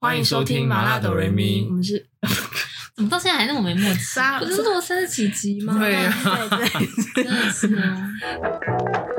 欢迎收听麻辣哆瑞咪我们是怎么到现在还那么没 默契？沙，不是录了三十几集吗？对呀、 真的是哦。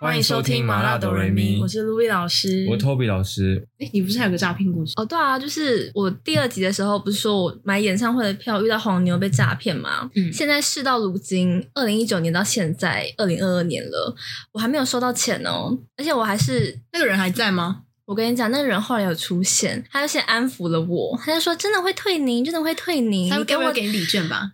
欢迎收听麻辣哆瑞咪，我是卢比老师。我 Toby 老师，哎，你不是还有个诈骗故事？哦，对啊，就是我第二集的时候不是说我买演唱会的票遇到黄牛被诈骗嘛？嗯现在事到如今，二零一九年到现在二零二二年了，我还没有收到钱哦，而且我还是那个人还在吗？我跟你讲，那个人后来有出现，他就先安抚了我，他就说真的会退您，真的会退您，他你该给不会我给你礼券吧？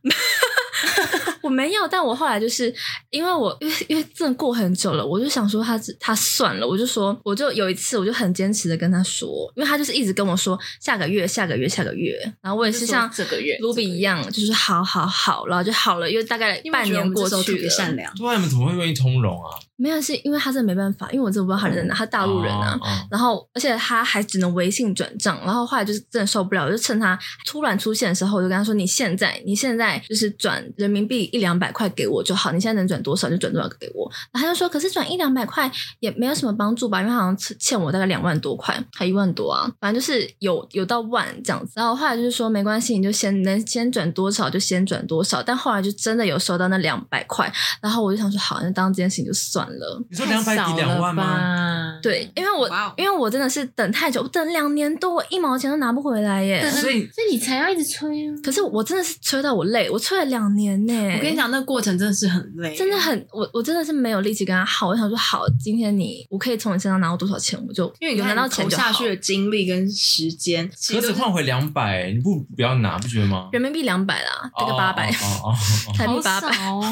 我没有，但我后来就是因为我因为因为真的过很久了，我就想说他只他算了，我就说我就有一次我就很坚持的跟他说，因为他就是一直跟我说下个月下个月下个月，然后我也是像就说这个月卢比一样，就是好好好，然后就好了，因为大概半年过因为我觉得我们这时候特去别善了，良。对啊，你们怎么会愿意通融啊？没有是因为他真的没办法，因为我真的不知道他人在哪，他大陆人啊。哦哦然后，而且他还只能微信转账，然后后来就是真的受不了，我就趁他突然出现的时候，我就跟他说：“你现在，你现在就是转人民币一两百块给我就好，你现在能转多少就转多少给我。”然后他就说：“可是转一两百块也没有什么帮助吧，因为他好像欠我大概两万多块，还一万多啊，反正就是有有到万这样子。”然后后来就是说没关系，你就先能先转多少就先转多少，但后来就真的有收到那两百块，然后我就想说好，那当这件事情就算了。你说两百抵两万吗？吗？对，，因为我、哇哦因为我真的是等太久，我等两年多，我一毛钱都拿不回来耶。所以所以你才要一直吹啊！可是我真的是催到我累，我催了两年呢。我跟你，讲，那过程真的是很累，啊真的很，我我真的是没有力气跟他耗。我想说，好，今天你我可以从你身上拿到多少钱，我就因为你有拿看到你钱投就下好去的精力跟时间，其可实都是是换回两百，你不不要拿，不觉得吗？人民币两百啦，这个哦八百、 哦哦哦哦台好币八少百，哦。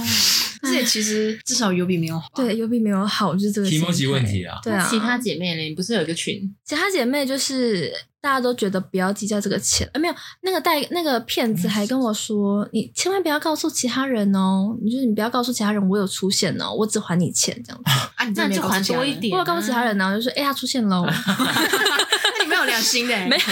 而且其实至少有比没有好。，对，有比没有好，就是这个提心莫吉问态。题啊，对啊，其他姐妹呢？你不是有一个群？其他姐妹就是大家都觉得不要计较这个钱，啊，没有那个带那个骗子还跟我说，你千万不要告诉其他人哦，你就是你不要告诉其他人我有出现哦，我只还你钱这样子。啊，你真那的没就有告诉还其他多人一，点啊。我有告诉其他人呢、我就说哎、他出现 喽，那你没有良心的，没有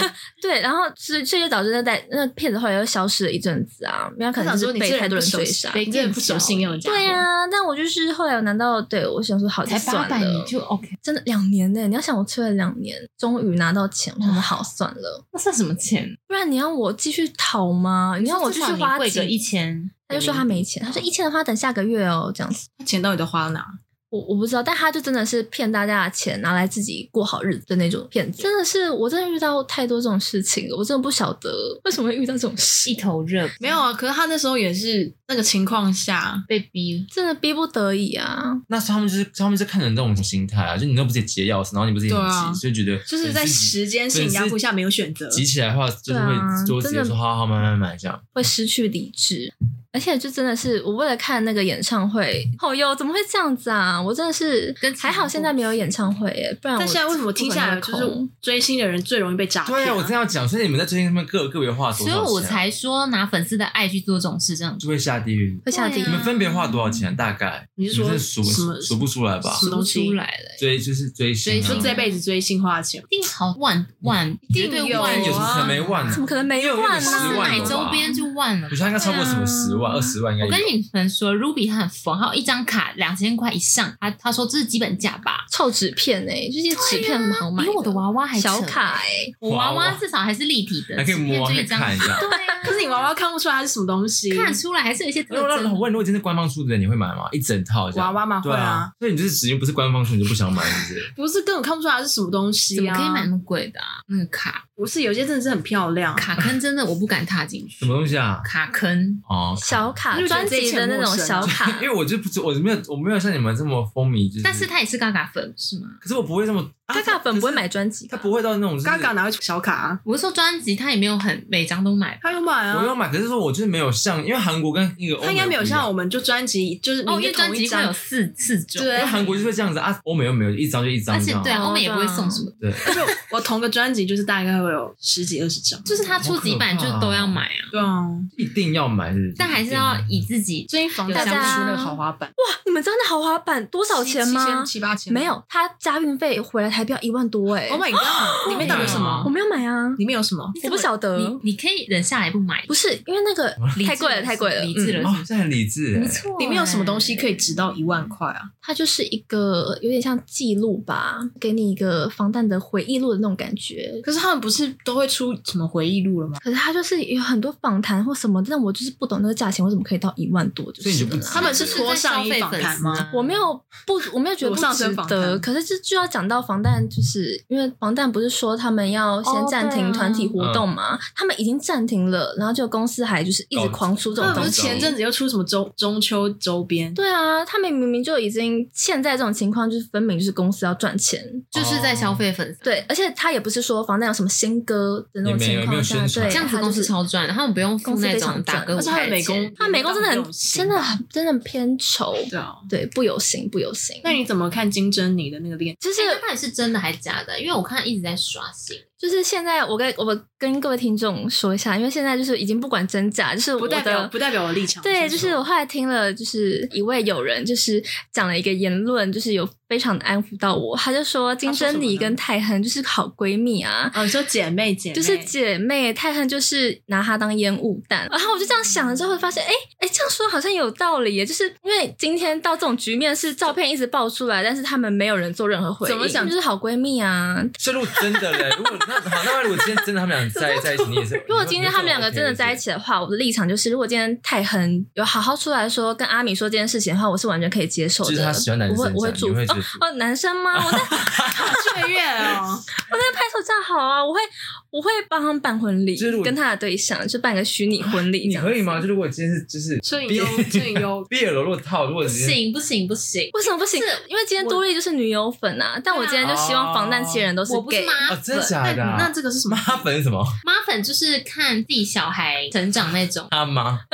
对，然后所以这就导致那带那骗子后来又消失了一阵子啊，没有可他能想就说是你被这太人多不人守追信杀，。你这人不守信用的家伙，对呀、但我就是后来有拿到，对我想说好就才八算百你了，就 OK，真的两年呢、你要想我催了两年，终于拿到钱，我想说好算了。那算什么钱？不然你要我继续讨吗？你要我继续花贵个一几？千，他就说他没钱，他说一千的话等下个月哦，这样子。他钱到底都花到哪？我我不知道，但他就真的是骗大家的钱，拿来自己过好日子的那种骗子。真的是，我真的遇到太多这种事情了，我真的不晓得为什么会遇到这种事一，头热，没有啊，可是他那时候也是那个情况下，被逼。真的逼不得已啊。那他们就是他们是看人这种心态啊，就你那不是也急得要死，然后你不是也对啊很急，所以觉得就是在粉丝时间性压迫下没有选择。急起来的话，就是对啊会就直接真说的好好慢慢买这样。会失去理智，而且就真的是我为了看那个演唱会，哦哟，怎么会这样子啊？我真的是跟还好现在没有演唱会耶，不然我但现在为什么听下来就不可能会是空追星的人最容易被诈骗、对啊，我正要讲，所以你们在最近他们个个别花多少所钱以啊？我才说拿粉丝的爱去做这种事，这样就会下地狱。会下地狱对啊你？们分别花多少钱？大概你是说们数什么数不出来吧？什么说东不西出来了。追就是追星追啊，就星这辈子追星花的钱一，定好万万，绝对有啊万嗯有什么可能没 万啊？怎么可能没因为我万有呢、光十是万买有吧周边就万了我。想应该超过什么十万、对啊二十万应该我有。跟你们说，Ruby 他很疯，他有一张卡两千块以上，他他说这是基本价吧，臭纸片哎、欸，这些纸片有什么好买？啊比我的娃娃还扯小卡，哎、欸，我娃娃至少还是立体的，还可以摸，还可纸片就以一张看一下。可是你娃娃看不出来它是什么东西。看出来还是有一些特那那我征。问，如果今天是官方出的，你会买吗？一整套这样娃娃嘛对会啊啊，所以你就是只因不是官方出，你就不想买，是不是？不是根本看不出来它是什么东西怎么啊！可以买那么贵的啊？那个卡不是有些真的是很漂亮，卡坑真的我不敢踏进去什，么东西啊？卡坑哦，小卡那就觉专得这一辑切的那种小卡因，为我就不知，我没有，我没有像你们这么风靡，就是。但是他也是嘎嘎粉是吗？可是我不会这么。啊嘎嘎粉不会，买专辑可是他吧？不会到那种。嘎嘎。哪会出小卡、啊？我是说专辑他也没有很每张都买吧，他有买我啊有，买，可是说我就是没有像，因为韩国跟那个欧美他应该没有不一样像我们就专辑就是哦，明因为天专同一辑会有张，四四种，对因为韩国就会这样子啊，欧美又没有一张就一张而这且样，对啊欧美也不会送什么。对就我同个专辑就是大概会会有十几二十张。就是它出几版就都要买啊，对啊，一定要买是不是，但还是要以自己最近房有价大家出那个豪华版，哇，你们知道那豪华版多少七钱七吗千？七八千？没有，他加运费回来台币要一万多哎、 ，Oh my god！里面到底有什我么？没有买啊，里面有什么？我不晓得你你可以忍下来不买，嗯不是因为那个理智太贵了，太贵了，理智嗯了，哦，这很理智欸，没错欸，里面有什么东西可以值到一万块啊？它就是一个有点像记录吧，给你一个防弹的回忆录的那种感觉。可是他们不是都会出什么回忆录了吗？可是它就是有很多访谈或什么，但我就是不懂那个价钱为什么可以到一万多，就所以你是就不了知啦道他们是说脱上衣访谈吗？我没有嗯不，我没有觉得裸不上值身防得。弹可是这就要讲到防弹，就是因为防弹不是说他们要哦先暂对啊停团体活动嘛？他们已经暂停了，然后就公司还就是一直嗯搞狂出这他们种东不是西。前阵子又出什么中中秋周边？对啊，他们明明就已经现在这种情况，就是分明就是公司要赚钱。就是在消费粉丝。对，而且他也不是说防弹有什么新歌的也那种没有情也没况有下，宣传对，这样子他公就司是超赚，他们不用付公司那非种常打赚歌舞而且他台们美工钱，哎他美工真的用很心真的很真的很偏丑，对啊。对，不有型不有型。那你怎么看金珍妮的那个恋？就是哎那到底是真的还是假的？因为我看一直在刷新，就是现在我跟我跟各位听众说一下，因为现在就是已经不管真假，就是我不代表的不代表我立场。对，就是我后来听了，就是一位友人就是讲了一个言论，就是有非常的安抚到我。他就说金说什珍么妮呢跟泰亨就是好闺蜜啊，哦，你说姐妹姐妹就是姐妹，泰亨就是拿她当烟雾弹。然后我就这样想了之嗯后，发现哎哎，这样说好像有道理耶，就是因为今天到这种局面是照片一直爆出来，但是他们没有人做任何回应，怎么想就是好闺蜜啊。所以如果真的嘞，如果那好，那如果今天真的他们俩 在在一起，你也是。如果今天他们两个真的在一，起的话，我的立场就是，如果今天泰亨有好好出来说跟阿米说这件事情的话，我是完全可以接受的。就是他喜欢男生我会我会这祝样福你会哦觉得哦，男生吗？我在我雀跃哦，在拍手叫好啊！我会我会帮他们办婚礼就是如，果跟他的对象就办个虚拟婚礼这你样。可以吗？就如果今天是就是摄影毕优 摄影优毕业了落套，如果不直接行不行不行，为什么不行是？因为今天多莉就是女友粉啊，但我今天就希望防弹哦七人都我不是 gay。啊，妈真的粉，假的啊？那这个是什么妈粉是什么？妈粉就是看自己小孩成长那种。他 妈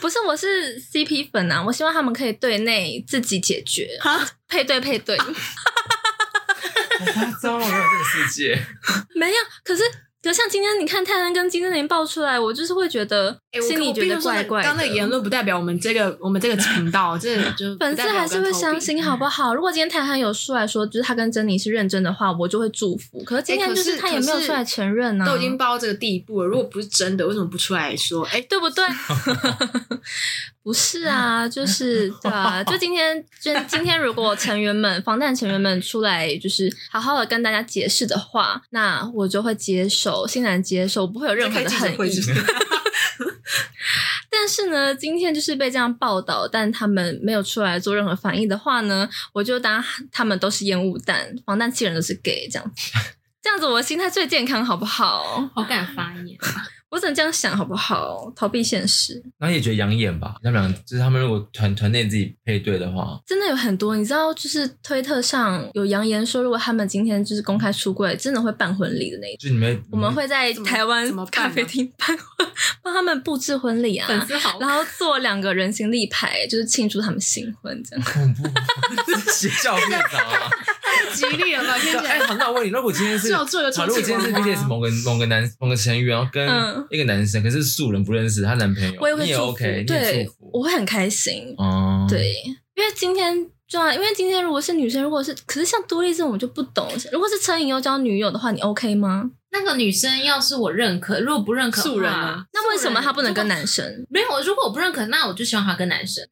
不是，我是 CP 粉啊！我希望他们可以对内自己解决，哈，配对配对。好夸张哦！没有这个世界，没有，可是可是像今天你看泰安跟金正莲爆出来，我就是会觉得哎我心里我觉必须得说怪怪刚刚那个言论不代表我们这个我们这个频道，这 个就粉丝还是会伤心，好不好？好？如果今天泰安有出来说，就是他跟珍妮是认真的话，我就会祝福。可是今哎天可就是他也没有出来承认呢、啊，哎都已经爆到这个地步了，如果不是真的，为什么不出来说？哎，对不对？ 不是啊，就是 对啊，就今天，就今天，如果成员们、防弹成员们出来，就是好好的跟大家解释的话，那我就会接受，欣然接受，不会有任何开的记恨者会意是。 不是？但是呢，今天就是被这样报道，但他们没有出来做任何反应的话呢，我就当他们都是烟雾弹，防弹器人都是 gay 这样子。 这样子我的心态最健康，好不好？好敢发言，啊我只能这样想，好不好？逃避现实。然后也觉得养眼吧。他们俩就是他们如果团团内自己配对的话，真的有很多，你知道，就是推特上有扬言说，如果他们今天就是公开出柜，真的会办婚礼的那一种。就你们我们 会在嗯怎么台湾怎么办咖啊啡厅办婚，帮他们布置婚礼啊，粉丝好然后做两个人形立牌，就是庆祝他们新婚这样。恐怖，这是邪教院长啊！吉利了吧？听起哎，来 好，那我问你，如果今天是是有做有出好，如果今天是吗 BTS 某个某个男某个成员，然后跟嗯一个男生，可是素人不认识，她男朋友，我也你会也祝福， OK，你也对祝福，我会很开心。哦，，对，因为今天就啊，因为今天如果是女生，如果是可是像多莉这种我就不懂，如果是车影优交女友的话，你 OK 吗？那个女生要是我认可，如果不认可的话素人啊，那为什么她不能跟如果男生？没有？如果我不认可，那我就希望她跟男生。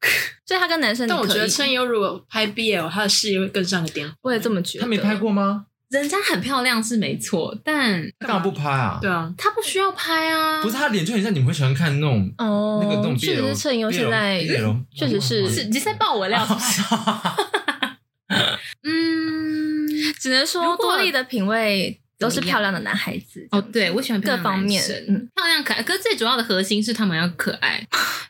所以她跟男生你但可以，我觉得春游如果拍 BL，他的事业会更上个巅峰。我也这么觉得。他没拍过吗？人家很漂亮是没错，但他干嘛不拍啊？对啊，她不需要拍啊。不是他脸就很像你们会喜欢看那种哦，那个那种确 BL 实是趁优现在 BL 确实是是你在爆我料是不是？ 嗯，只能说如果多利的品味都是怎么样漂亮的男孩子哦，对我喜欢漂各亮的方男面生，嗯，漂亮可爱。可是最主要的核心是他们要可爱。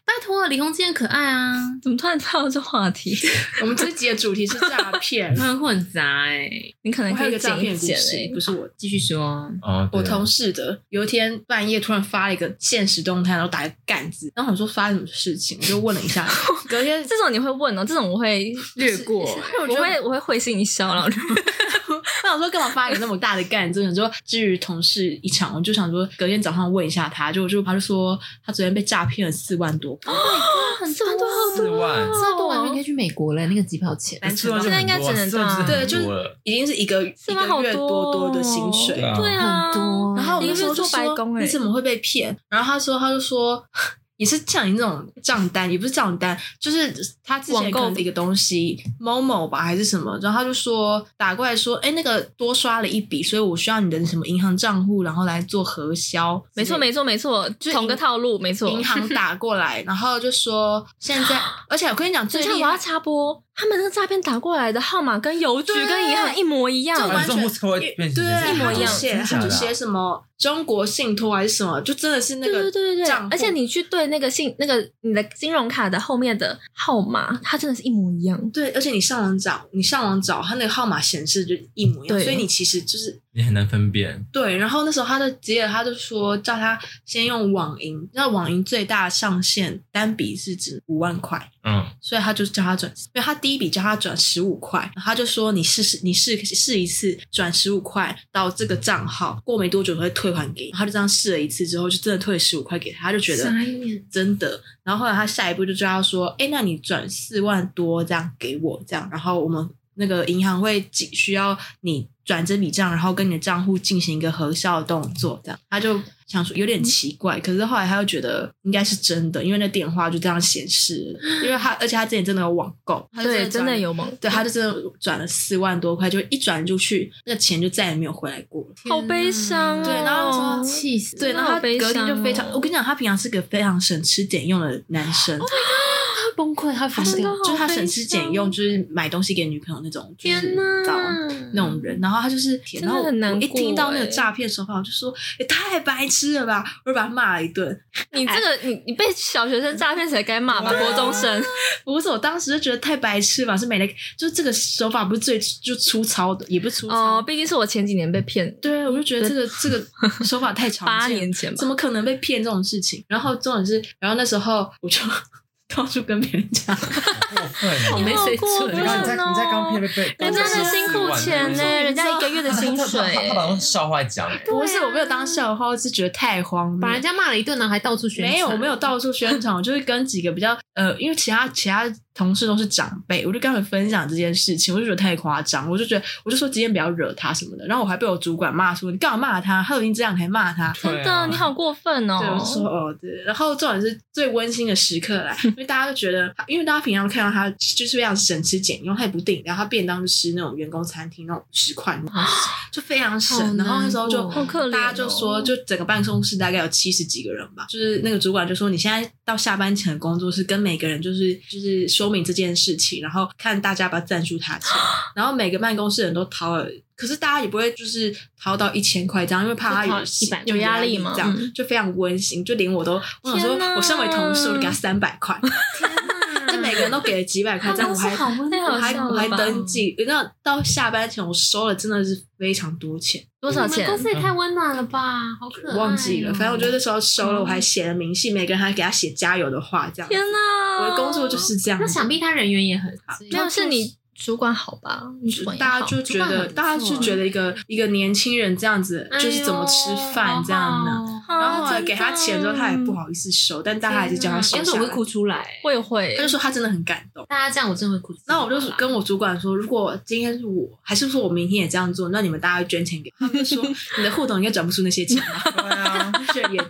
拜托了，李红基很可爱啊，怎么突然跳到这话题？我们这集的主题是诈骗 他。们混杂哎、你可能我还可有一以个诈剪骗一故剪事，欸不是我继续说，哦，对我啊同事的有一天半夜突然发了一个现实动态，然后打个干字，然后我说发生什么事情，我就问了一 下，隔天这种你会问哦，这种我会略过我会我会会心一笑，然后我我想说干嘛发一个那么大的干字？想说至于同事一场，我就想说隔天早上问一下他，就就他就说他昨天被诈骗了四万多块，啊很四万多好四万，哦四万多完全可以去美国了，那个机票钱。单四程万哦就现在应该很多啊只能四万是对很就多了已经是一个一四万个好月多哦多多的薪水。对啊对啊，很多然后我一哦那个时月候就做说白工哎、你怎么会被骗？然后他说，他就说。也是像你那种账单，也不是账单，就是他之前网购购的一个东西，某某吧还是什么，然后他就说打过来说，哎、那个多刷了一笔，所以我需要你的什么银行账户，然后来做核销。没错，错。没错，没错，是同个套路，没错。啊银行打过来，然后就说现在，而且我跟你讲，等最一下，我厉要害插播，他们那个诈骗打过来的号码跟邮局、对跟银行一模一样就，啊完这全种 Who's Call 对，变成这他样一模一就样写真他的就假的啊写什么中国信托还是什么，就真的是那对个对对对对账，户而且你去对那个信那个你的金融卡的后面的号码，它真的是一模一样。对，而且你上网找，你上网找，它那个号码显示就一模一样，对所以你其实就是你很难分辨。对。然后那时候他就接着他就说叫他先用网银，那网银最大上限单笔是指五万块，嗯，哦所以他就叫他转，因为他第一笔叫他转十五块，然后他就说你试试，你试试一次转十五块到这个账号，过没多久会退还给你。他就这样试了一次之后，就真的退十五块给他，他就觉得傻眼真的。然后后来他下一步就叫他说，哎，那你转四万多这样给我，这样，然后我们那个银行会只需要你转这笔账，然后跟你的账户进行一个核销的动作，这样他就想说有点奇怪，可是后来他又觉得应该是真的，因为那电话就这样显示了，因为他而且他之前真的有网购，他就对，真的转了。有吗？对，他就真的转了四万多块，就一转出去，那钱就再也没有回来过了。好悲伤哦。对然后天哪气死。对，真的然后好他悲隔天伤就非常，哦 Oh 我跟你讲，他平常是个非常省吃俭用的男生，他会崩溃，他他会疯是掉。就是他省吃俭用，就是买东西给女朋友那种，就是天哪找那种人，然后他就是，然后真的很难我一过听到那个欸诈骗手法，我就说也太白痴了吧，我就把他骂了一顿。你这个你你被小学生诈骗才该骂吧，对啊国中生。不是，我当时就觉得太白痴吧，是没来，就是这个手法不是最就粗糙的，也不是粗糙。哦，毕竟是我前几年被骗，对，我就觉得这个这个手法太 常八见了年前吧怎。么可能被骗这种事情？然后重点是，然后那时候我就 到处跟别人讲，好过分哦好没水准你看你在真的哦你在刚骗被被，人家的辛苦钱呢、人家一个月的薪水、他他他把我笑话讲哎，不是我没有当笑话，我是觉得太荒谬。把人家骂了一顿，然后还到处宣传。没有，我没有到处宣传，我就是跟几个比较呃，因为其他其他同事都是长辈，我就跟他们分享这件事情，我就觉得太夸张，我就觉得我就说今天不要惹他什么的，然后我还被我主管骂说你干嘛骂他，他都已经这样你还骂他，真的，你好过分对，我哦就！说哦，对。然后重点是最温馨的时刻来，因为大家都觉得，因为大家平常看到他就是非常省吃俭用，他也不订饮料，他便当就吃那种员工餐厅那种十块，就非常省好。然后那时候就难过好可怜哦大家就说，就整个办公室大概有七十几个人吧，就是那个主管就说，你现在到下班前的工作是跟每个人就是就是说明这件事情，然后看大家要不要赞助他钱，然后每个办公室人都掏了。可是大家也不会就是掏到一千块这样，因为怕他有就掏100有压力有压力嘛这样嗯就非常温馨。就连我都，我想天哪说，我身为同事，我就给他三百块， 就每个人都给了几百块，这样我还啊好温暖我还太好笑了我还吧登记。那到下班前，我收了真的是非常多钱，多少钱？公司也太温暖了吧，好可爱。哦嗯忘记了。反正我就那时候收了，我还写了明细，每个人还给他写加油的话，这样。天哪！我的工作就是这样那。想必他人缘也很好。没有，是你主管好吧？你主管也大好家就觉得，主管很不错欸哎大家就觉得一个一个年轻人这样子，就是怎么吃饭这样呢？呢？然后后来真的给他钱之后，他也不好意思收，但大家还是叫他收要是下我会来。哭出来。我也会他就说他真的很感动。大家这样我真的会哭出来。那我就是跟我主管说，如果今天是我，还是说我明天也这样做，那你们大家会捐钱给我他们就说你的户头应该转不出那些钱吧？对啊，这也也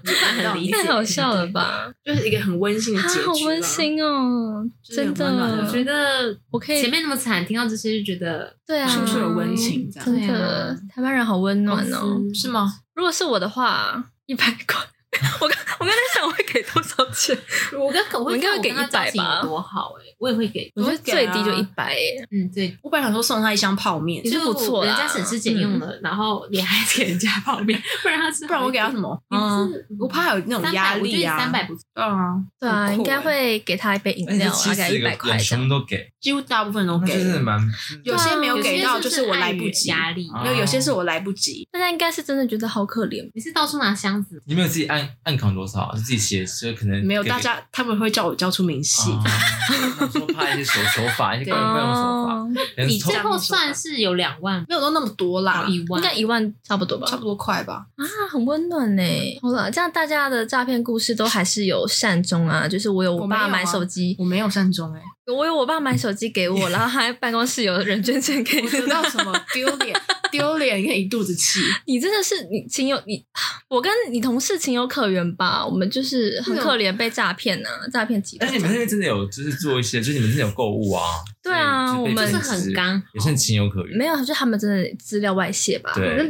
很理解太好笑了吧？就是一个很温馨的啊结局、，好温，馨哦！就是真很温暖我的觉得我可以前面那么惨，听到这些就觉得对啊，是不是有温情这样？真对的啊，台湾人好温暖哦。公司是吗？如果是我的话，一百块。 我刚我刚才想我会给多少钱？我跟我我会应该会看给我跟他交情100吧有多好哎，我也会给。我觉得最低就我会一给百哎，嗯，对，我本来想说送他一箱泡面也，是不错啦嗯人家省吃俭用了，然后你还给人家泡面，不然他吃好一点，不然我给他什么？嗯嗯，我怕有那种300压力啊。三百不错，对啊，对啊，很酷哎应该会给他一杯饮而且料，啊七大概十一百个块人这全样。部都给，几乎大部分都那给真的了。蛮有些没有给到，啊有些就就是我来不及嗯碍于压力。啊因为有些是我来不及，大家应该是真的觉得好可怜，你是到处拿箱子吗，你没有自己按按扛多少，自己写解释，可能没有给个大家他们会叫我交出明细，啊， 我想说怕一些手手法，一些对根本不用手哦法，人你偷最后算是有两万没有到那么多啦到，一万，应该一万差不多吧？差不多快吧。啊，很温暖呢。好了，这样大家的诈骗故事都还是有善终啊。就是我有我我没爸有买啊手机，我没有善终哎、我有我爸买手机 给我，然后他办公室有人捐钱给我得你。到什 么丢脸丢脸跟一肚子气，你真的是你情有你，我跟你同事情有可原吧？我们就是很可怜被诈骗呐、啊，诈骗集但团哎是。你们那边真的有，就是做一些，就是你们真的有购物啊？对啊所以我们被就是很刚好也是很情有可原。没有，就他们真的资料外泄吧？对跟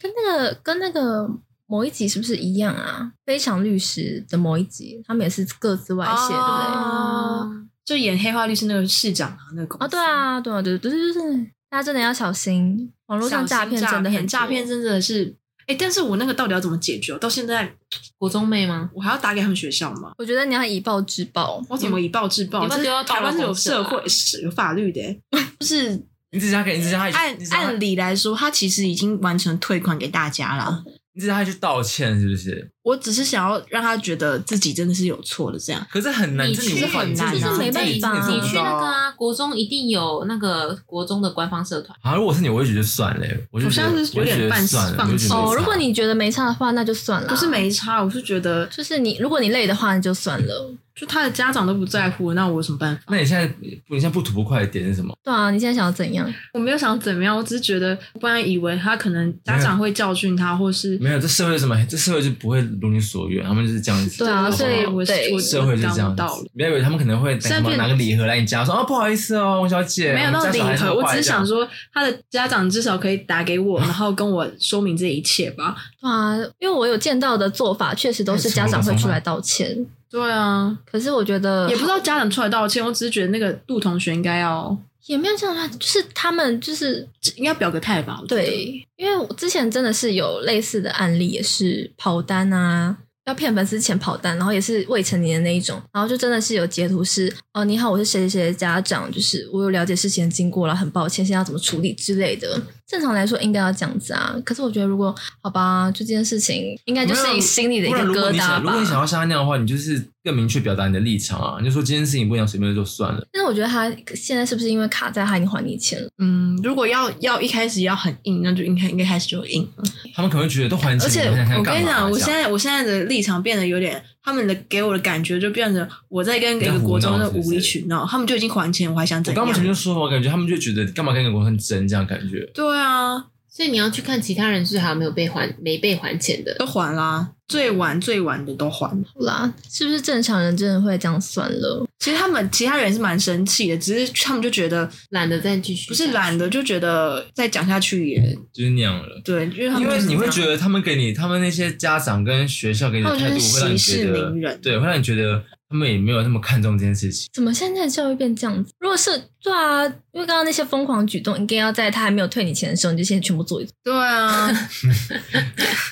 跟那个跟那个某一集是不是一样啊？非常律师的某一集，他们也是各自外泄，对不对？哦嗯就演黑化律师那个市长啊，那个公司哦，对，啊，对啊，对对对对对，大家真的要小心，网络上诈骗真的很很诈骗，多。真的是。哎、但是我那个到底要怎么解决？我到现在国中妹吗？我还要打给他们学校吗？我觉得你要以暴制暴，我怎么以暴制暴？你要不这要丢到台湾是有社暴会龙是有法律的欸、就是你只是他给，你只是他按你只是他按理来说，他其实已经完成退款给大家了。你只是他去道歉，是不是？我只是想要让他觉得自己真的是有错的，这样。可是很难，你这去你无法很难啊这你这没办这你法这啊你你做不去到那个啊。啊，国中一定有那个国中的官方社团，啊，如果是你，我会觉得算了，我就觉得我现在是有点我就觉得半算了，放我就觉得弃哦，算了如果你觉得没差的话，那就算了。不是，没差，我是觉得，就是你，如果你累的话，那就算了。就他的家长都不在乎，那我有什么办法？那你现在你现在不吐不快的点是什么？对啊，你现在想要怎样？我没有想怎么样，我只是觉得，我本来以为他可能家长会教训他，或是没有，这社会是什么？这社会就不会如你所愿，他们就是这样子。对啊好不好所以我对我社会就是当这样不到子。不要以为他们可能会虽什然么变拿个礼盒来你家说啊，不好意思哦，王小姐，没有到我们礼家小孩这么盒，我坏只是这样想说，他的家长至少可以打给我，然后跟我说明这一切吧。对啊，因为我有见到的做法，确实都是家长会出来道歉。对啊，可是我觉得也不知道家长出来道歉，我只是觉得那个杜同学应该要也没有这样啊，就是他们就是应该表个态吧。我觉得，对，因为我之前真的是有类似的案例，也是跑单啊，要骗粉丝钱跑单，然后也是未成年的那一种，然后就真的是有截图是哦，你好，我是谁谁谁的家长，就是我有了解事情的经过了，很抱歉，现在要怎么处理之类的。正常来说应该要这样子啊，可是我觉得如果好吧，就这件事情应该就是没有心里的一不个然如果疙你瘩想，如果你想吧。要像他那样的话，你就是更明确表达你的立场啊，你就说这件事情不想随便就算了。但是我觉得他现在是不是因为卡在他已经还你钱了？嗯，如果要要一开始要很硬，那就应该应该开始就硬。他们可能会觉得都还而且钱，我我跟你讲，我现在我现在的立场变得有点，他们的给我的感觉就变成我在跟一在个胡闹国中的是不是无理取闹，他们就已经还钱，我还想我怎刚刚前面样？就说嘛，我感觉他们就觉得你干嘛跟一个国生争这样感觉。对啊，所以你要去看其他人是还有没有被还没被还钱的都。还啦，最晚最晚的都还。好啦，是不是正常人真的会这样算了？其实他们其他人是蛮生气的，只是他们就觉得懒得再继续，不是懒得，就觉得再讲下去也就是那样了。对，因为他们因为你会觉得得他们给你，他们那些家长跟学校给你的态度，会让你觉他们就是息事宁得，人对，会让你觉得他们也没有那么看重这件事情。怎么现在教育变这样子？如果是对啊，因为刚刚那些疯狂举动，应该要在他还没有退你钱的时候，你就先全部做一做，对啊，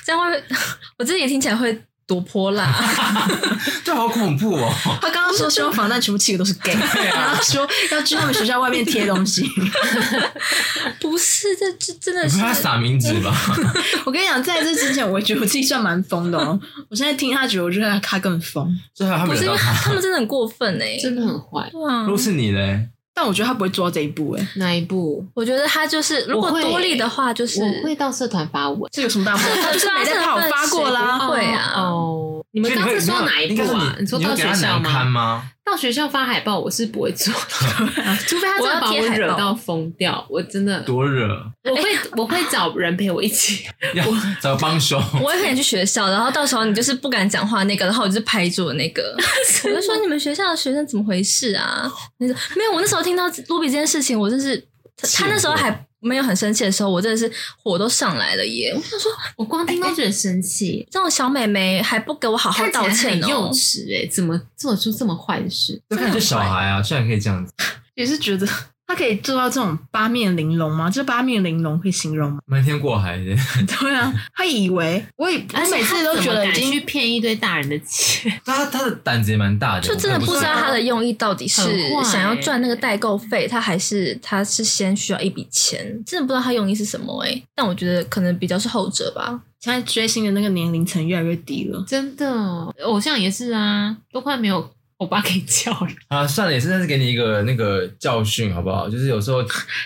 这样会 我自己听起来会多泼辣。啊这好恐怖哦！他刚刚说希望防弹全部七个都是 gay，然后啊说要去他们学校外面贴东西。 不是，这这真 的你是不要撒名字吧？ 我跟你讲，在这之前，我觉得我自己算蛮疯的哦。我现在听他觉得，我觉得他更疯，最后他不们是惹因到为他他。们真的很过分哎、真的很坏。对啊如，果是你嘞，但我觉得他不会做到这一步。哎，哪一步？我觉得他就是如果我会多利的话，就是我会到社团发文。这有什么大不了？他就是没在怕我发过 啦。不会啊哦，你们所以刚会才说到哪一应该步说啊？你你说你到会给学他校难堪吗？吗？到学校发海报我是不会 做啊的， 除非他真的把我要贴海报惹到疯掉，我真的多 惹，我会我会找人陪我一 起。要找帮凶。 我也可以去学校，然后到时候你就是不敢讲话那个，然后我就是拍桌那 个，我就说你们学校的学生怎么回事啊？你说没有，我那时候听到卢比这件事情，我真是他气他那时候火还没有很生气的时候，我真的是火都上来了耶！我想说，我光听到觉得生气，这种小美眉还不给我哎好好看起来道歉很幼哦。稚哎，怎么做出这么坏的事？就看你是小孩啊，居然可以这样子，也是觉得他可以做到这种八面玲珑吗？这八面玲珑可以形容吗？ 瞒天过海的。对啊，他以为我以我而且每次都他觉怎么得已敢去经骗一堆大人的钱， 他他的胆子也蛮大的，就真我看的不出知道来他的用意到底是很坏想要赚那个代购费，他还是他欸是先需要一笔钱，真的不知道他用意是什么哎、但我觉得可能比较是后者吧。现在追星的那个年龄层越来越低了。真的，偶像也是啊，都快没有欧巴可以叫了。啊，算了，也是算是给你一个那个教训，好不好？就是有时候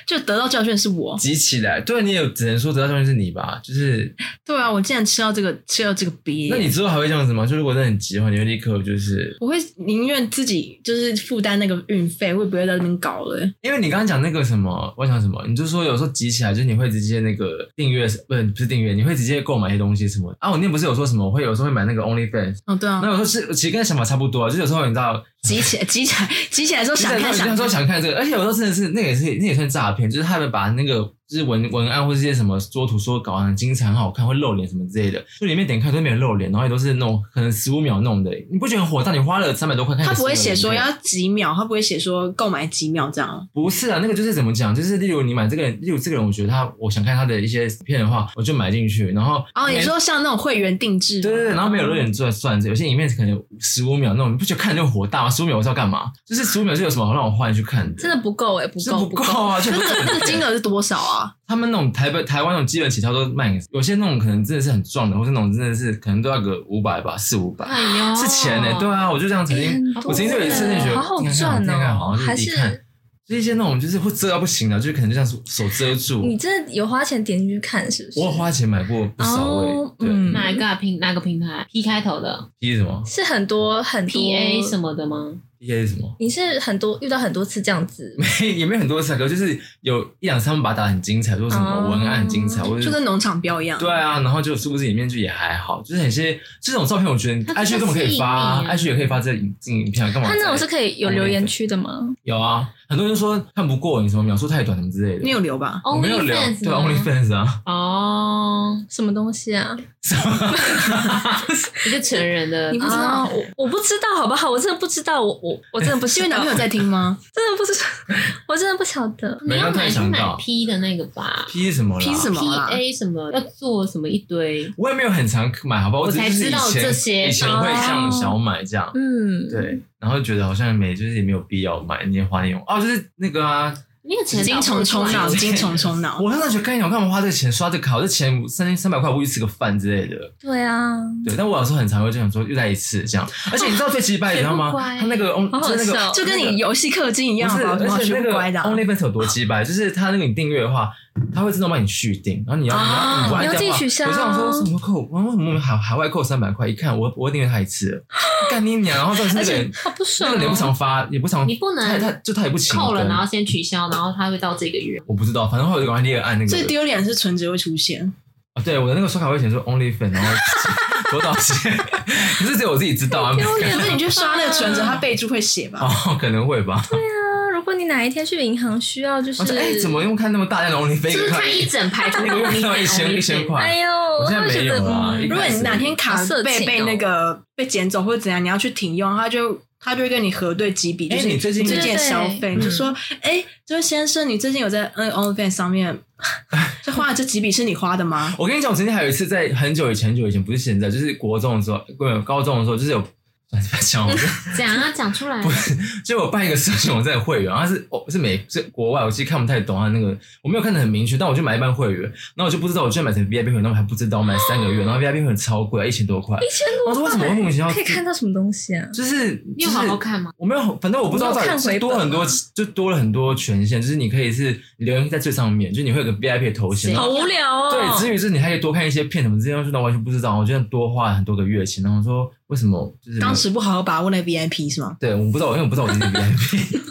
就得到教训的是我，集起来，对你也只能说得到教训是你吧？就是，对啊，我竟然吃到这个吃到这个鳖。那你之后还会这样子吗？就如果真的很急的话，你会立刻就是，我会宁愿自己就是负担那个运费，我也不会在那边搞了。欸因为你刚刚讲那个什么，我想什么，你就说有时候急起来，就是你会直接那个订阅，不是不是订阅，你会直接购买一些东西什么的啊？我那天不是有说什么，我会有时候会买那个 OnlyFans，哦，对啊那，有时候是其实跟想法差不多啊，就是有时候你知道。急起来，急起来，急起来的时候想看想想说看，想看这个，而且有时候真的是那个也是那也算诈骗，就是他们把那个就是文文案或是一些什么缩图缩稿很精彩、很好看，会露脸什么之类的，就里面点开都没有露脸，然后也都是那种可能十五秒弄的，你不觉得很火大？你花了三百多块看，他不会写说要几秒，他不会写说购买几秒这样哦。不是啊，那个就是怎么讲，就是例如你买这个人，例如这个人，我觉得他我想看他的一些片的话，我就买进去，然后哦，你说像那种会员定制，对对对，然后没有露脸算算有些影片可能十五秒那种，你不觉得看就火大吗？十五秒我是要干嘛？就是十五秒是有什么好让我换去看的？真的不够哎、不是够不够。够啊！就那个那个金额是多少啊？他们那种台北、台湾那种基本起跳都卖给，有些那种可能真的是很壮的，或者那种真的是可能都要个五百吧，四五百哎哦呦，是钱呢、对啊，我就这样曾经，很多我曾经就有一次就觉得，好好你看看赚哦你看看好像还就是一看，就是一些那种就是会遮到不行的，就是可能就这样手手遮住。你真的有花钱点进去看是不是？我有花钱买过不少位，哦对，嗯哪一个啊平哪个平台？P 开头的第一什么是很多很啊多 P A 什？么的吗？第一什么， 你是很多遇到很多次这样子，也没有很多次啊，可能就是有一两三把打得很精彩，说什么哦文案很精彩，或者就是跟农场标一样。对啊，然后就殊不知里面就也还好，就是很些这种照片，我觉得它 IG 真的根本可以发、吸引力啊，IG 也可以发这影这影片啊，干嘛在？他那种是可以有留言区的吗？有啊，很多人说看不过你什么描述太短什么之类的。你有留吧？我没有 Only 聊 Fans 对啊吗 OnlyFans 啊，哦，什么东西啊？一个成人的，你不知道？啊我我不知道，好不好？我真的不知道，我我 我真的不是知因为男道朋，友在听 吗？真的不知道，我真的不晓得。你没要人买太去想买到 P 的那个吧 P 什么啦 P 什么，P 啦 A 什么要做什么一堆，我也没有很常买，好吧，我只才是知道以前这些哦以前会这样想买这样，嗯，，对，然后觉得好像没，就是也没有必要买那些花那种哦，就是那个啊，那个钱金虫冲脑，金虫冲脑。我当时觉得干我干嘛花这个钱刷这个卡，我这钱三三百块我去吃个饭之类的，对啊，对，但我有时候很常会这样说，又来一次这样。而且你知道最鸡掰，你知道吗学不乖？他那个 on 好好就是那笑个，就跟你游戏氪金一样，不是，好不好而且学那不个乖的啊。 OnlyFans 有多鸡掰，就是他那个你订阅的话，他会自动帮你续订，然后你要你啊要你不按你要掉的话自己取消我就想说什么扣，为什么海海外扣三百块？一看我我会订阅他一次了，干你娘！然后但是那个人好不爽那个人也不哦。常发，也不常，你不能他他就他也不勤扣了，更然后先取消，然后他会到这个月。我不知道，反正后来我就赶快立刻按那最个。丢脸的是存折会出现，啊，对，我的那个刷卡会显示 OnlyFans，然后 多少钱？可是只有我自己知道啊。可是你去刷那个存折，它备注会写吧？哦，可能会吧。啊如果你哪一天去银行需要，就是我说哎、怎么用看那么大量的 OnlyFans？就是看一整排全那 部个都月看到是一千 Only 一千 Fans 块，哎呦，我我现在没有啊会觉得嗯一如果你哪天卡色被情被哦那个被捡走或者怎样，你要去停用，他就他就会跟你核对几笔，就哎是你最近嗯最近的消对费，你就说哎，这位先生，你最近有在嗯 OnlyFans 上 面这花的这几笔是你花的吗？我跟你讲，我曾经还有一次在很久以前，很久以前不是现在，就是国中的时候，不没有高中的时候，就是有。算了不要讲，我就讲啊，讲出来。就我办一个社群网站的会员， 他是哦是美是国外，我其实看不太懂他那个，我没有看得很明确，但我就买一般会员，然后我就不知道我居然买成 VIP 会员，那我还不知道，我买三个月，然后 VIP 会员超贵，一千多块，一千多我说为什么会莫名其妙可以哎看到什么东西啊？就是你有就是好好看吗？我没有，反正我不知道你到有底看是回多本啊很多吗，就多了很多权限，就是你可以是留言在最上面，就是你会有个 VIP 的头衔，谁然后好无聊哦。对，至于是你还可以多看一些片什么这些东西，那完全不知道。我就多花了很多个月钱，然后说为什么就是当时不好好把握那 VIP 是吗？对，我不知道，因为我不知道我自己 VIP。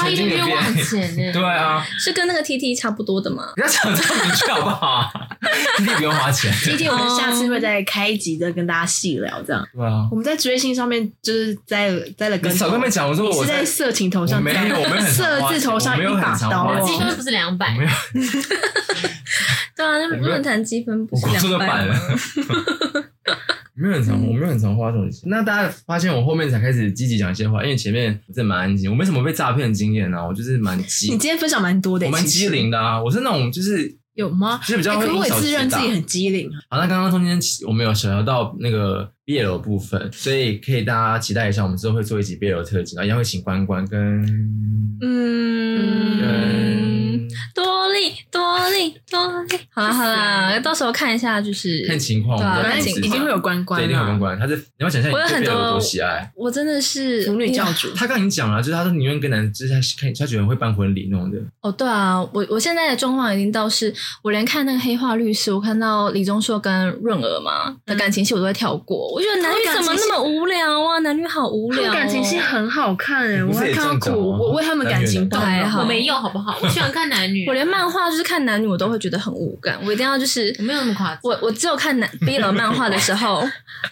花一个月 万钱呢、对啊，是跟那个 TT 差不多的嘛？不要讲这么明确好不好？ 你不用花钱。今天我们哦下次会再开一集的跟大家细聊这样。对啊我，们在追星上面就是栽了栽了你跟头，少跟他们讲，我说你我是在色情头上我没有栽我没有很常色花字头上我没有一很把常刀花哦。积分不是两百我没，有对啊，那我没有论坛积分不我是工作两的百版吗了？。没有很 常，我没有很常花手机。那大家发现我后面才开始积极讲一些话，因为前面真的蛮安静，我没什么被诈骗的经验啊，我就是蛮你机今，天分享蛮多的，我蛮其实机灵的啊，我是那种就是有吗？就是比较哎会可因我也小自失认自大己很机灵啊，好，那刚刚中间我们有小聊到那个 BL 部分，所以可以大家期待一下，我们之后会做一集 BL 特辑，然后一样会请关关跟嗯跟多利多哪里？哪里？好啦好啦，到时候看一下，就是看情况，对啊我们看反再正情指一定导会有关关啊，对，一定会有关关。他是你要想象，我有你很对贝尔有多多喜爱。我真的是哎腐女教主。他刚已经讲了，啊就是他说宁愿跟男，就是他看他觉得会办婚礼那种的。哦，对啊，我我现在的状况已经到是，我连看那个黑化律师，我看到李钟硕跟润儿嘛的感情戏，我都会跳过。我觉得男女他怎们感么情戏那么无聊啊？男女好无他们聊、哦。感情戏很好看哎、你我不是还也看这样到讲哭，吗我为他们感情动还好我没有好不好？我喜欢看男女，我连漫画就是看男女，我都会觉得很无感。我一定要就是我没有那么夸张我我只有看男 BL 漫画的时 候，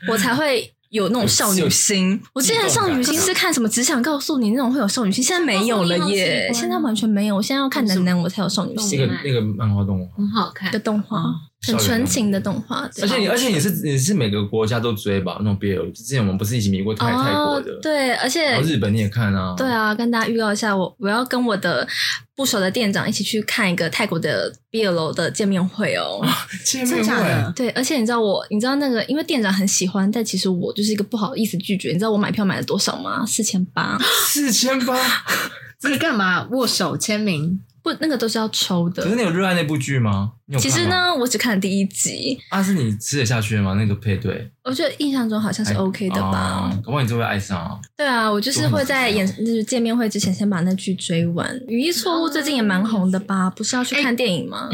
我才会。有那种少女心，我之前少女心是看什么？只想告诉你那种会有少女心，现在没有了耶，我告诉你我喜欢现在完全没有。我现在要看男男，我才有少女那心个动漫那个漫画动画，很好看的。动啊画，很纯情的动画。对而且你而且你是你是每个国家都追吧？那种 BL，之前我们不是一起迷过泰泰国哦的，，对，而且然后日本你也看啊，对，啊，跟大家预告一下，我我要跟我的部首的店长一起去看一个泰国的 BL 的见面会哦。见真面的假会啊的。对，而且你知道我，你知道那个，因为店长很喜欢，但其实我就是一个不好意思拒绝。你知道我买票买了多少吗？四千八，四千 八，这个干嘛？握手签名，不，那个都是要抽可是的。你有热爱那部剧吗？你有其看实吗，呢，我只看了第一集，啊，是你吃得下去吗？那个配对我觉得印象中好像是 OK 的吧。哎哦搞不好你就会爱上啊。对啊，我就是会在演就是见面会之前先把那剧追完。《语义错误》最近也蛮红的吧？不是要哎去看电影吗？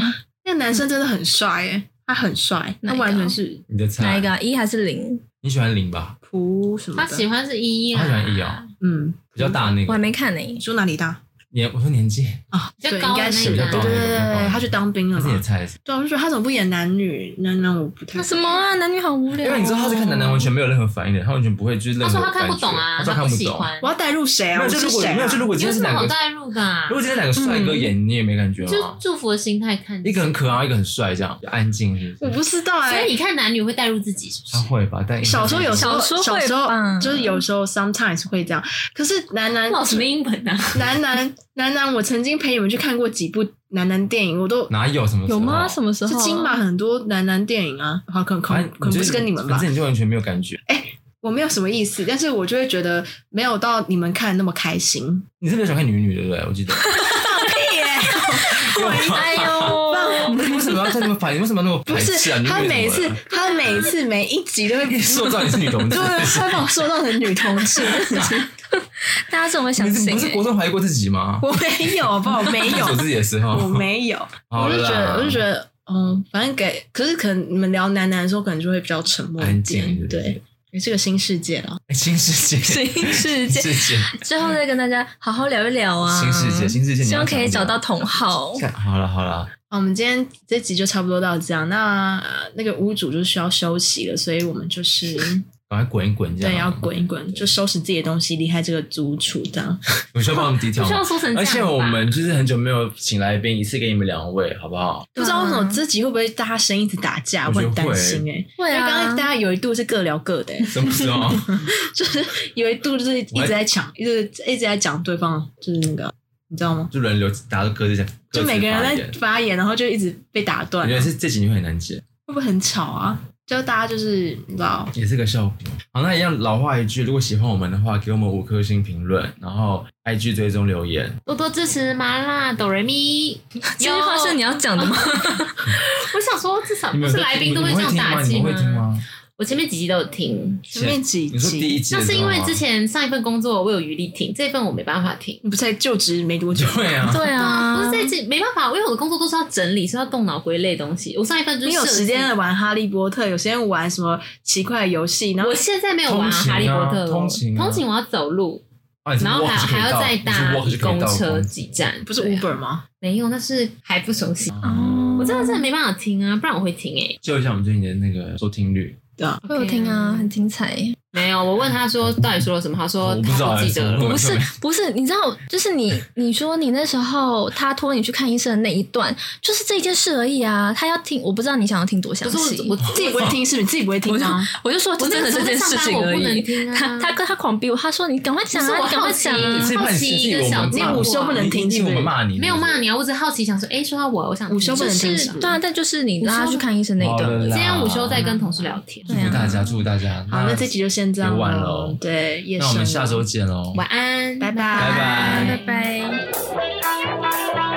那个男生真的很帅哎、他很帅，哪他一个完全是你的哪菜一个啊？一还是零？你喜欢零吧？扑什么他喜的，欢是一他啊，喜欢一啊，嗯，比较大那我个还没看呢、欸你。说哪里大年，我说年纪，啊？哦比较对，高应的该那是对个比较对高的对那个比较高的对，他去当兵他了是你嘛的。菜。是对啊，我就觉得他怎么不演男女？男男我不太那什么啊，男女好无聊、因为你知道他是啊看男男完全没有任何反应的，他完全不会就是任他何说感觉。他看不懂啊，他说不看不喜懂。欢。我要带入谁没啊？有我就是如果谁啊？没有就如果今有天是什么两好个，带入的啊？如果今天两个帅嗯哥演，你也没感觉就吗？祝福的心态看，一个很可爱，一个很帅，这样就安静是不我是？不知道所哎、以你看男女会带入自己，是不他是？会吧？但小时候有时候，小时候小时会吧候就是有时候 sometimes 会这样，可是男男老什么英文啊？ 男男男男，我曾经陪你们去看过几部男男电影，我都哪有什么时候哦有吗？什么时候、是啊？金马很多男男电影啊，好，可能可反能正可能就不是跟你们吧反，正你就完全没有感觉。我没有什么意思，但是我就会觉得没有到你们看那么开心。你是不是喜欢看女女的？对不对？我 记得。哎呦，你为什么要在那么反？你为什么要那么不排斥啊？是，你他为什么每次了他每次每一集都会塑造你是女同志对，，他把我说到成女同志，大家这么会相你是信、不是欸国？中怀疑过自己吗？我没有，好不好？我没有我，自己的时候，我没有，好我了就啦觉得，我就觉得，嗯，反正给，可是可能你们聊男男的时候，可能就会比较沉默一安静点，对对，也是个新世界了。哎新世界，新世界世界，最后再跟大家好好聊一聊啊，新世界，新世界，希望你要可以讲找一讲到同好。看好了好了，好，我们今天这集就差不多到这样。那呃那个屋主就需要休息了，所以我们就是赶快滚一滚，这样对要滚一。滚，就收拾自己的东西，离开这个租处，这样。我需要帮我们低调 不需要吗？说成这样吧。而且我们就是很久没有请来宾，一次给你们两位，好不 好？不知道为嗯什么这集会不会大家声音一直打架，我觉得很担会，心哎、欸。会因为刚啊刚大，家有一度是各聊各 的、欸什么时候？就是有一度就是一直在抢，一直一直在讲对方，就是那个你知道吗？就轮流大家都各自讲，就每个人在各自发言啊发言，然后就一直被打我断，觉得会是这几年会很难解，不会很吵啊？就大家就是你知道，也是个效果。好，那一样老话一句，如果喜欢我们的话，给我们五颗星评论，然后 IG 追踪留言。多多支持麻辣哆瑞咪。这句话是你要讲的吗？我想说，至少你不们有是来宾你都们会会这样打击听吗？你们会听吗？我前面几集都有听，前面几你说第一集季那的时候吗，是因为之前上一份工作我有余力听，这份我没办法听。你不才就职没多久吗？对 啊， 对啊，不是这集没办法，因为我的工作都是要整理，是要动脑归类的东西。我上一份就是你有设计时间玩哈利波特，有时间玩什么奇怪的游戏，然后我现在没有玩通勤啊哈利波特哦，通勤啊通勤我要走路，啊，你是然后 walk 还就可以还要到再搭你是 walk 就可以公到车公几站，不是对啊 Uber 吗？没有，但是还不熟悉。哦我真的真的没办法听啊，不然我会听诶、就一下我们最近的那个收听率，对啊，我有听啊，很精彩。没有，我问他说到底说了什么，他说我不知道他欸记什得么了。不是不是，你知道，就是你你说你那时候他拖你去看医生的那一段，就是这一件事而已啊。他要听，我不知道你想要听多详不细。是我，我自己 不会听是不是？自己不会听啊吗？我就说我真那的个时是候这在件事上班情我而不能已。听啊。他他跟他狂逼我，他说你赶快讲不啊，是我你赶快好奇讲啊。是嗯好怕你奇一是个我小们节骂目你午休不能听因为我们骂你，没有骂你。你啊，我只好奇想说，哎、说到我，我想听午休不能听是什么对啊，但就是你让他去看医生那一段啊而好了已啦。今天午休在跟同事聊天，祝福大家，祝福大家。好，那这集就先这样别玩了喽。对，夜深那我们了下周见喽，晚安，拜拜拜拜拜。